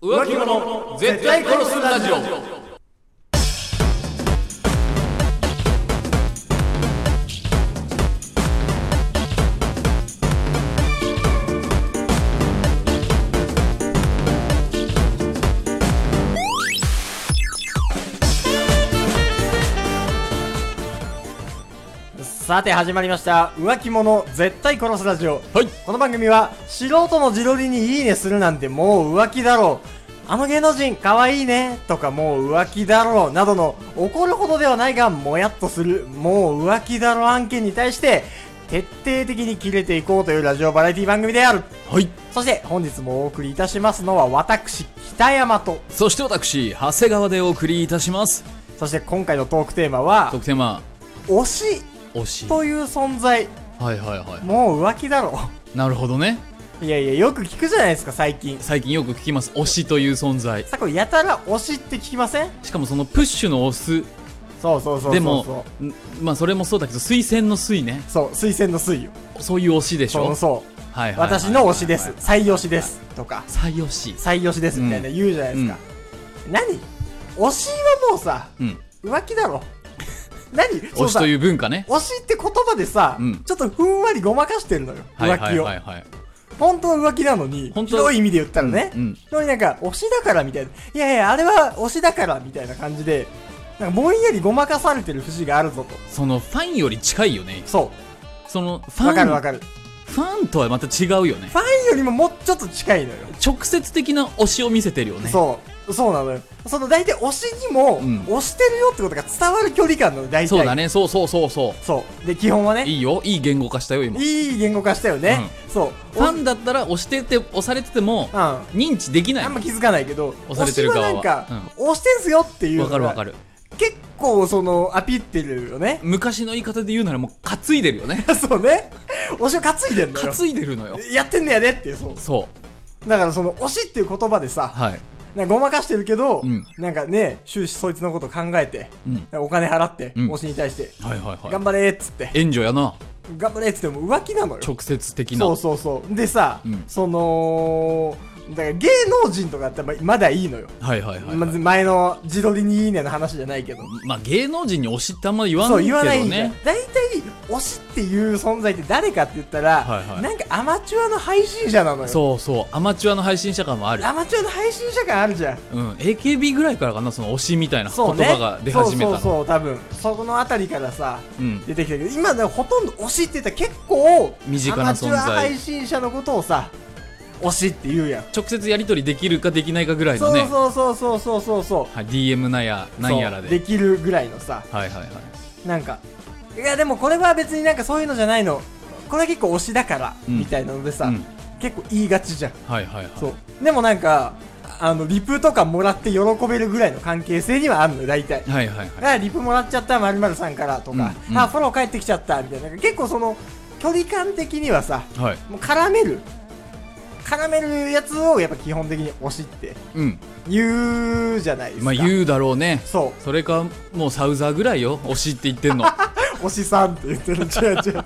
浮気者絶対殺すラジオさて始まりました浮気者絶対殺すラジオはいこの番組は素人の自撮りにいいねするなんてもう浮気だろうあの芸能人かわいいねとかもう浮気だろうなどの怒るほどではないがもやっとするもう浮気だろう案件に対して徹底的に切れていこうというラジオバラエティ番組であるはいそして本日もお送りいたしますのは私北山とそして私長谷川でお送りいたしますそして今回のトークテーマは特典は推し推しはという存在いはいはもう浮気だろういなるほどねいやいや、よく聞くじゃないですか、最近。最近よく聞きます推しという存在さこやたら推しって聞きませんしかもそのプッシュの推すそうそうそうそう。でもんまあそれもそうだけど推薦の推ねそう、推薦の推よ。そういう推しでしそょうそう。はいはいはいはい私の推しです。最推しです。とか、最推し最推しです。みたいな言うじゃないですか。何推しはもうさ、うん浮気だろ。何。推しというう文化ね推しって言葉でさ、うんちょっとふんわりごまかしてるのよ。はい浮はい気を。はいはい本当の浮気なのに、本ひ当どい意味で言ったらね。うんうんのになんか、推しだからみたいな。いやいや、あれは推しだからみたいな感じで、なんかぼんやりごまかされてる節があるぞと。そのファンより近いよねそそのフう。わかるわァンかる。フファンとはまた違うよねァンよりももうちょっと近いのよ。直接的な推しを見せてるよねそう。そうなのよ。その大体推しにも、うん推してるよってことが伝わる距離感なのよ、大体。そうだ。ねそうそうそうそそう。で、基本はうね、いいよいい言語化したよ今フいい言語化したよね。そう。ァンだったら押してて押されててもうん。あ認知できないんま気づかないけど、押されてる側は推しはなんか、推してんすよっていうのわが。かるわかる結構そのアピってるよね昔の言い方で言うならもう担いでるよね そうね推しを担いでんのよ担いでるのよやってんねやでっていうそうそうだからその推しっていう言葉でさはいなんかごまかしてるけど、うんなんかね終始そいつのこと考えてうんお金払って、うん推しに対して、はいはいは頑張れーっつってい援助やな頑張れーっつっても浮気なのよ直接的なそうそうそうでさ、うんそのだから芸能人とかってままだいいのよ、はいはいはいまはいず前の自撮りにいいねの話じゃないけどまあ芸能人に推しってあんま言わそなういけ言どわないんだよね大体推しっていう存在って誰かって言ったら、はいはいなんかアマチュアの配信者なのよそうそうアマチュアの配信者感もあるアマチュアの配信者感あるじゃんうん AKB ぐらいからかなその推しみたいな言そうね葉が出始めたそうそうのそう多分そこのあたりからさうん出てきたけど今ねほとんど推しって言ったら結構身近な存在アマチュア配信者のことをさ推しって言うやん、直接やり取りできるかできないかぐらいのそうねそうそうそうそうそうそはい DM なやうなんやらそうできるぐらいのさはいはいはいなんかいやでもこれは別になんかそういうのじゃないのこれは結構推しだから、うんみたいなのでさ、うん結構言いがちじゃんはいはいはいそうでもなんかあのリプとかもらって喜べるぐらいの関係性にはあるのよ大体はいはいはいあリプもらっちゃったまるさんからとか、うんうんあフォロー返ってきちゃったみたいな結構その距離感的にはさはいもう絡める絡めるやつをやっぱ基本的に推しってうん言うじゃないですか、まあ言うだろうねそそれかもうサウザーぐらいよ推しって言って んのう推しさんって言ってる違う違う違う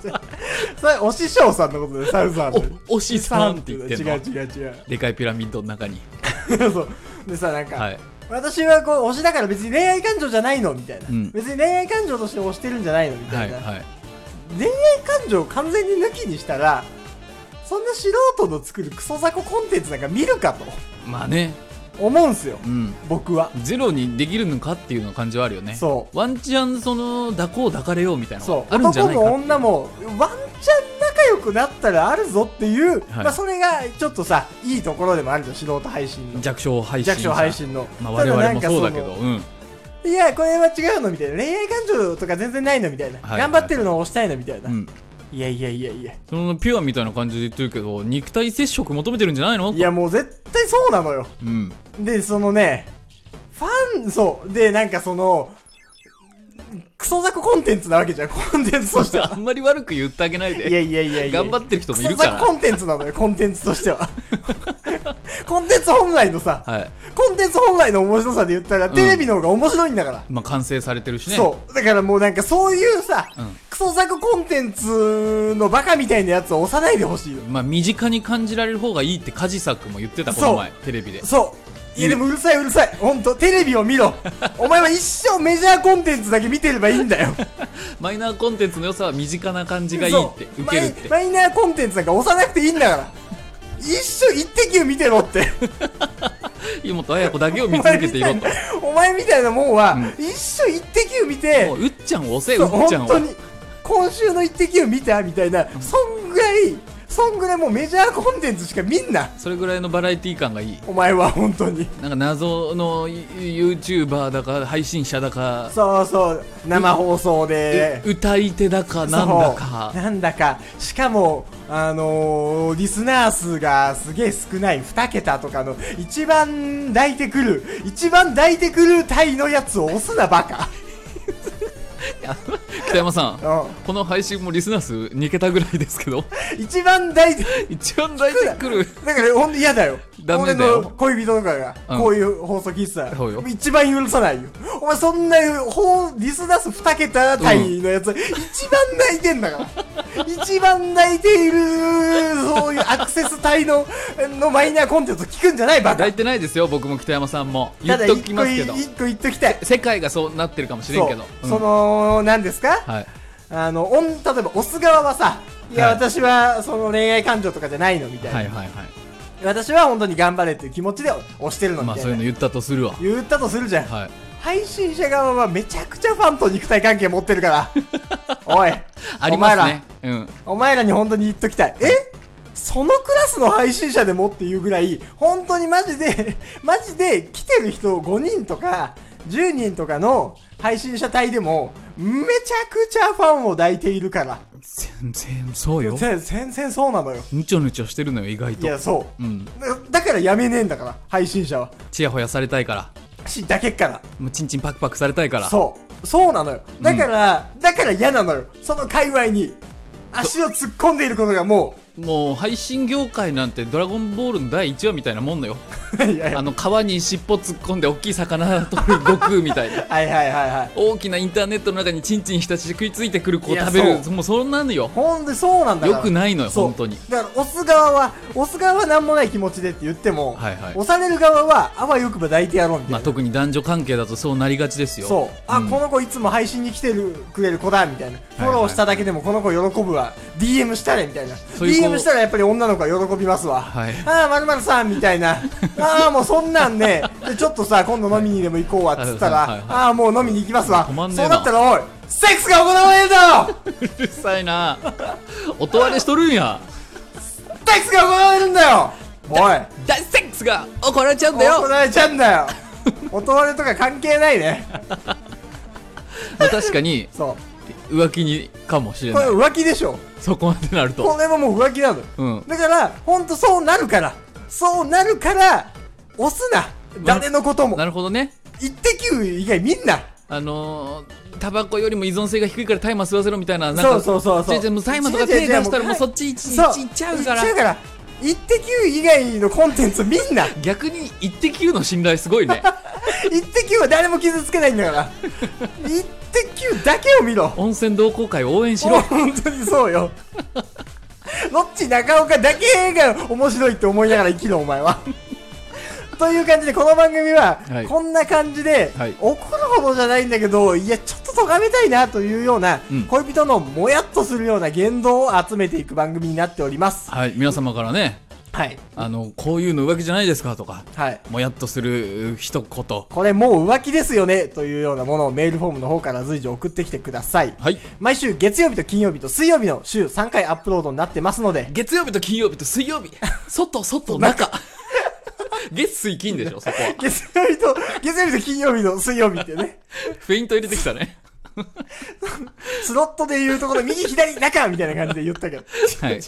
それ推し翔さんのことでサウザーのお推しさんって言ってん違のう違う違うでかいピラミッドの中にそうでさなんか、はい私はこう推しだから別に恋愛感情じゃないのみたいな、うん別に恋愛感情として推してるんじゃないのみたはいいな、はい恋愛感情を完全に抜きにしたらそんな素人の作るクソ雑魚コンテンツなんか見るかとまあね思うんすようん僕はゼロにできるのかっていうの感じはあるよねそワンチャンその抱こう抱かれようみたいなそのうあるんじゃ男ないかも女もワンチャン仲良くなったらあるぞっていう、はいまあ、それがちょっとさいいところでもあるじゃん素人配信の弱小配信者弱小配信の、まあた我だ々なんもかそうだけのどうんいや、これは違うのみたいな。恋愛感情とか全然ないのみたいな。はいはい頑張ってるのを推したいのみたいな。うんいやいやいやいや。そのピュアみたいな感じで言ってるけど肉体接触求めてるんじゃないのいや、もう絶対そうなのよ。うんで、そのね、ファン、そう。で、なんかその、クソザココンテンツなわけじゃん、コンテンツとしてあは。んまり悪く言ってあげないでいやいやいやいや。頑張ってる人もいるクかソザコらコンテンツなのよ、コンテンツとしては。コンテンツ本来のさ、はいコンテンツ本来の面白さで言ったら、んテレビの方が面白いんだから。まあ完成されてるしねそう。だからもうなんかそういうさ、うんクソザココンテンツのバカみたいなやつを押さないでほしいよ。まあ身近に感じられる方がいいって梶作も言ってたこそのう前テレビでそいやでもうるさいうるさいほんとテレビを 見ろお前は一生メジャーコンテンツだけ見てればいいんだよマイナーコンテンツの良さは身近な感じがいいってそう受けるってマイマイナーコンテンツなんか押さなくていいんだから一生一滴を見てろって湯本彩子だけを見続けていろとお前みたいなもんは、うん一生一滴を見てもううっちゃんを押せそううっちゃん本を当に今週の一滴を見たみたいな、そんぐらいそんぐらいもうメジャーコンテンツしか見んなそれぐらいのバラエティ感がいいお前は本当になんか謎の YouTuber だか配信者だかそうそう生放送でう歌い手だかなんだかそうなんだかしかもあのーリスナー数がすげえ少ない2桁とかの一番抱いてくる一番抱いてくるタイのやつを押すなバカ北山さんうこの配信もリスナー数2桁ぐらいですけどん一番抱いて一番大事くるだからほんと嫌だよダメだよ俺の恋人とかがうんこういう放送聞いてたら、そうよ一番許さないよお前そんなほうリスナー数2桁単位のやつ、一番泣いてんだから一番泣いているそういうアクセス帯ののマイナーコンテンツ聞くんじゃないバカ抱いてないですよ僕も北山さんも言たっだときますけど一個言っときたい世界がそうなってるかもしれんけどそうその何ですか、うんはいあのおん例えばオス側はさいや、はい私はその恋愛感情とかじゃないのみたいな、はいはいはい私は本当に頑張れっていう気持ちで押してるのみまあたいそな、ういうの言ったとするわ言ったとするじゃん、はい配信者側はめちゃくちゃファンと肉体関係持って るからおいありますねうんお前らお前らに本当に言っときたいえそのクラスの配信者でもっていうぐらい本当にマジで マジで来てる人5人とか10人とかの配信者帯でもめちゃくちゃファンを抱いているから全然そうよ全全然そうなのよぬちょぬちょしてるのよ意外いとやそううんだだからやめねえんだから配信者はちやほやされたいから知った結果だもうチンチンパクパクされたいからそうそうなのよだから、だから嫌なのよその界隈に足を突っ込んでいることがももう配信業界なんて「ドラゴンボール」の第1話みたいなもんのよう いやいやあの川に尻尾突っ込んで大きい魚取る悟空みたいなはいはいはいはい大きなインターネットの中にチンチンひたし食いついてくる子をいや食べるそもうそんなのよほんでそうなんだからよくないのよそう本当にだから押す側は押す側は何もない気持ちでって言っても、はいはい押される側はあわよくば抱いてやろうみたいまな、あ特に男女関係だとそうなりがちですよそうあ、んこの子いつも配信に来てるくれる子だみたいなフォローしただけでもこの子喜ぶわ DM したれみたいなそういう子 DM したらやっぱり女の子は喜びますわ、はいああまるまるさんみたいなああもうそんなんねでちょっとさ今度飲みにでも行こうわっつったら、はいはいはいはいああもう飲みに行きますわ止まんねえなそうなったらおいセックスが行われるだろうるさいな音割れしとるんやセックスが行われるんだよおい大セックスが怒られちゃうんだ怒よられちゃうんだよ音割れとか関係ないねまあ確かにそう浮気にかもしれこなれい浮気でしょそこまでなることれはもう浮気なのうんだから、ほんとそうなるから、そうなるから、押すな、誰のこともな。るほどね一滴以外みんな。あのー、タバコよりも依存性が低いから大麻吸わせろみたいななんかそうそうそうそう。違う違うもう大麻と違かう違う手違う出したらもうはいそっちいちいちそういっちゃうからいっちゃうから。一滴以外のコンテンツみん な。逆に一滴湯の信頼すごいね一滴は誰も傷つけないんだから。一滴だけを見ろ。温泉同好会を応援しろ本当にそうよ。ロッチ中岡だけが面白いって思いながら生きるお前は。という感じでこの番組ははいこんな感じで、はい怒るほどじゃないんだけどいやちょっと咎めたいなというような、うん恋人のもやっとするような言動を集めていく番組になっております。はい皆様からねはい、あのこういうの浮気じゃないですかとかはいもやっとする一言これもう浮気ですよねというようなものをメールフォームの方から随時送ってきてください。はい毎週月曜日と金曜日と水曜日の週3回アップロードになってますので、月曜日と金曜日と水 曜日外外中 月水金でしょそこは月曜日と、月曜日と金曜日の水曜日ってね、フェイント入れてきたねスロットで言うところ右左中みたいな感じで言ったけど。はい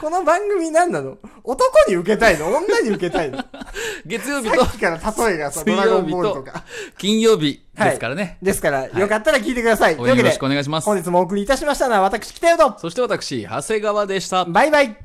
この番組何なの男に受けたいの女に受けたいのさ 月曜日とっきから例えがさ、水ド曜ラ日とゴンボールとか。金曜日はいですからね、ですから、よかったら聞いてください。と応いうわ援けよろでしくお、願いします本日もお送りいたしましたのは私、北よと、そして私長谷川でしたバイバイ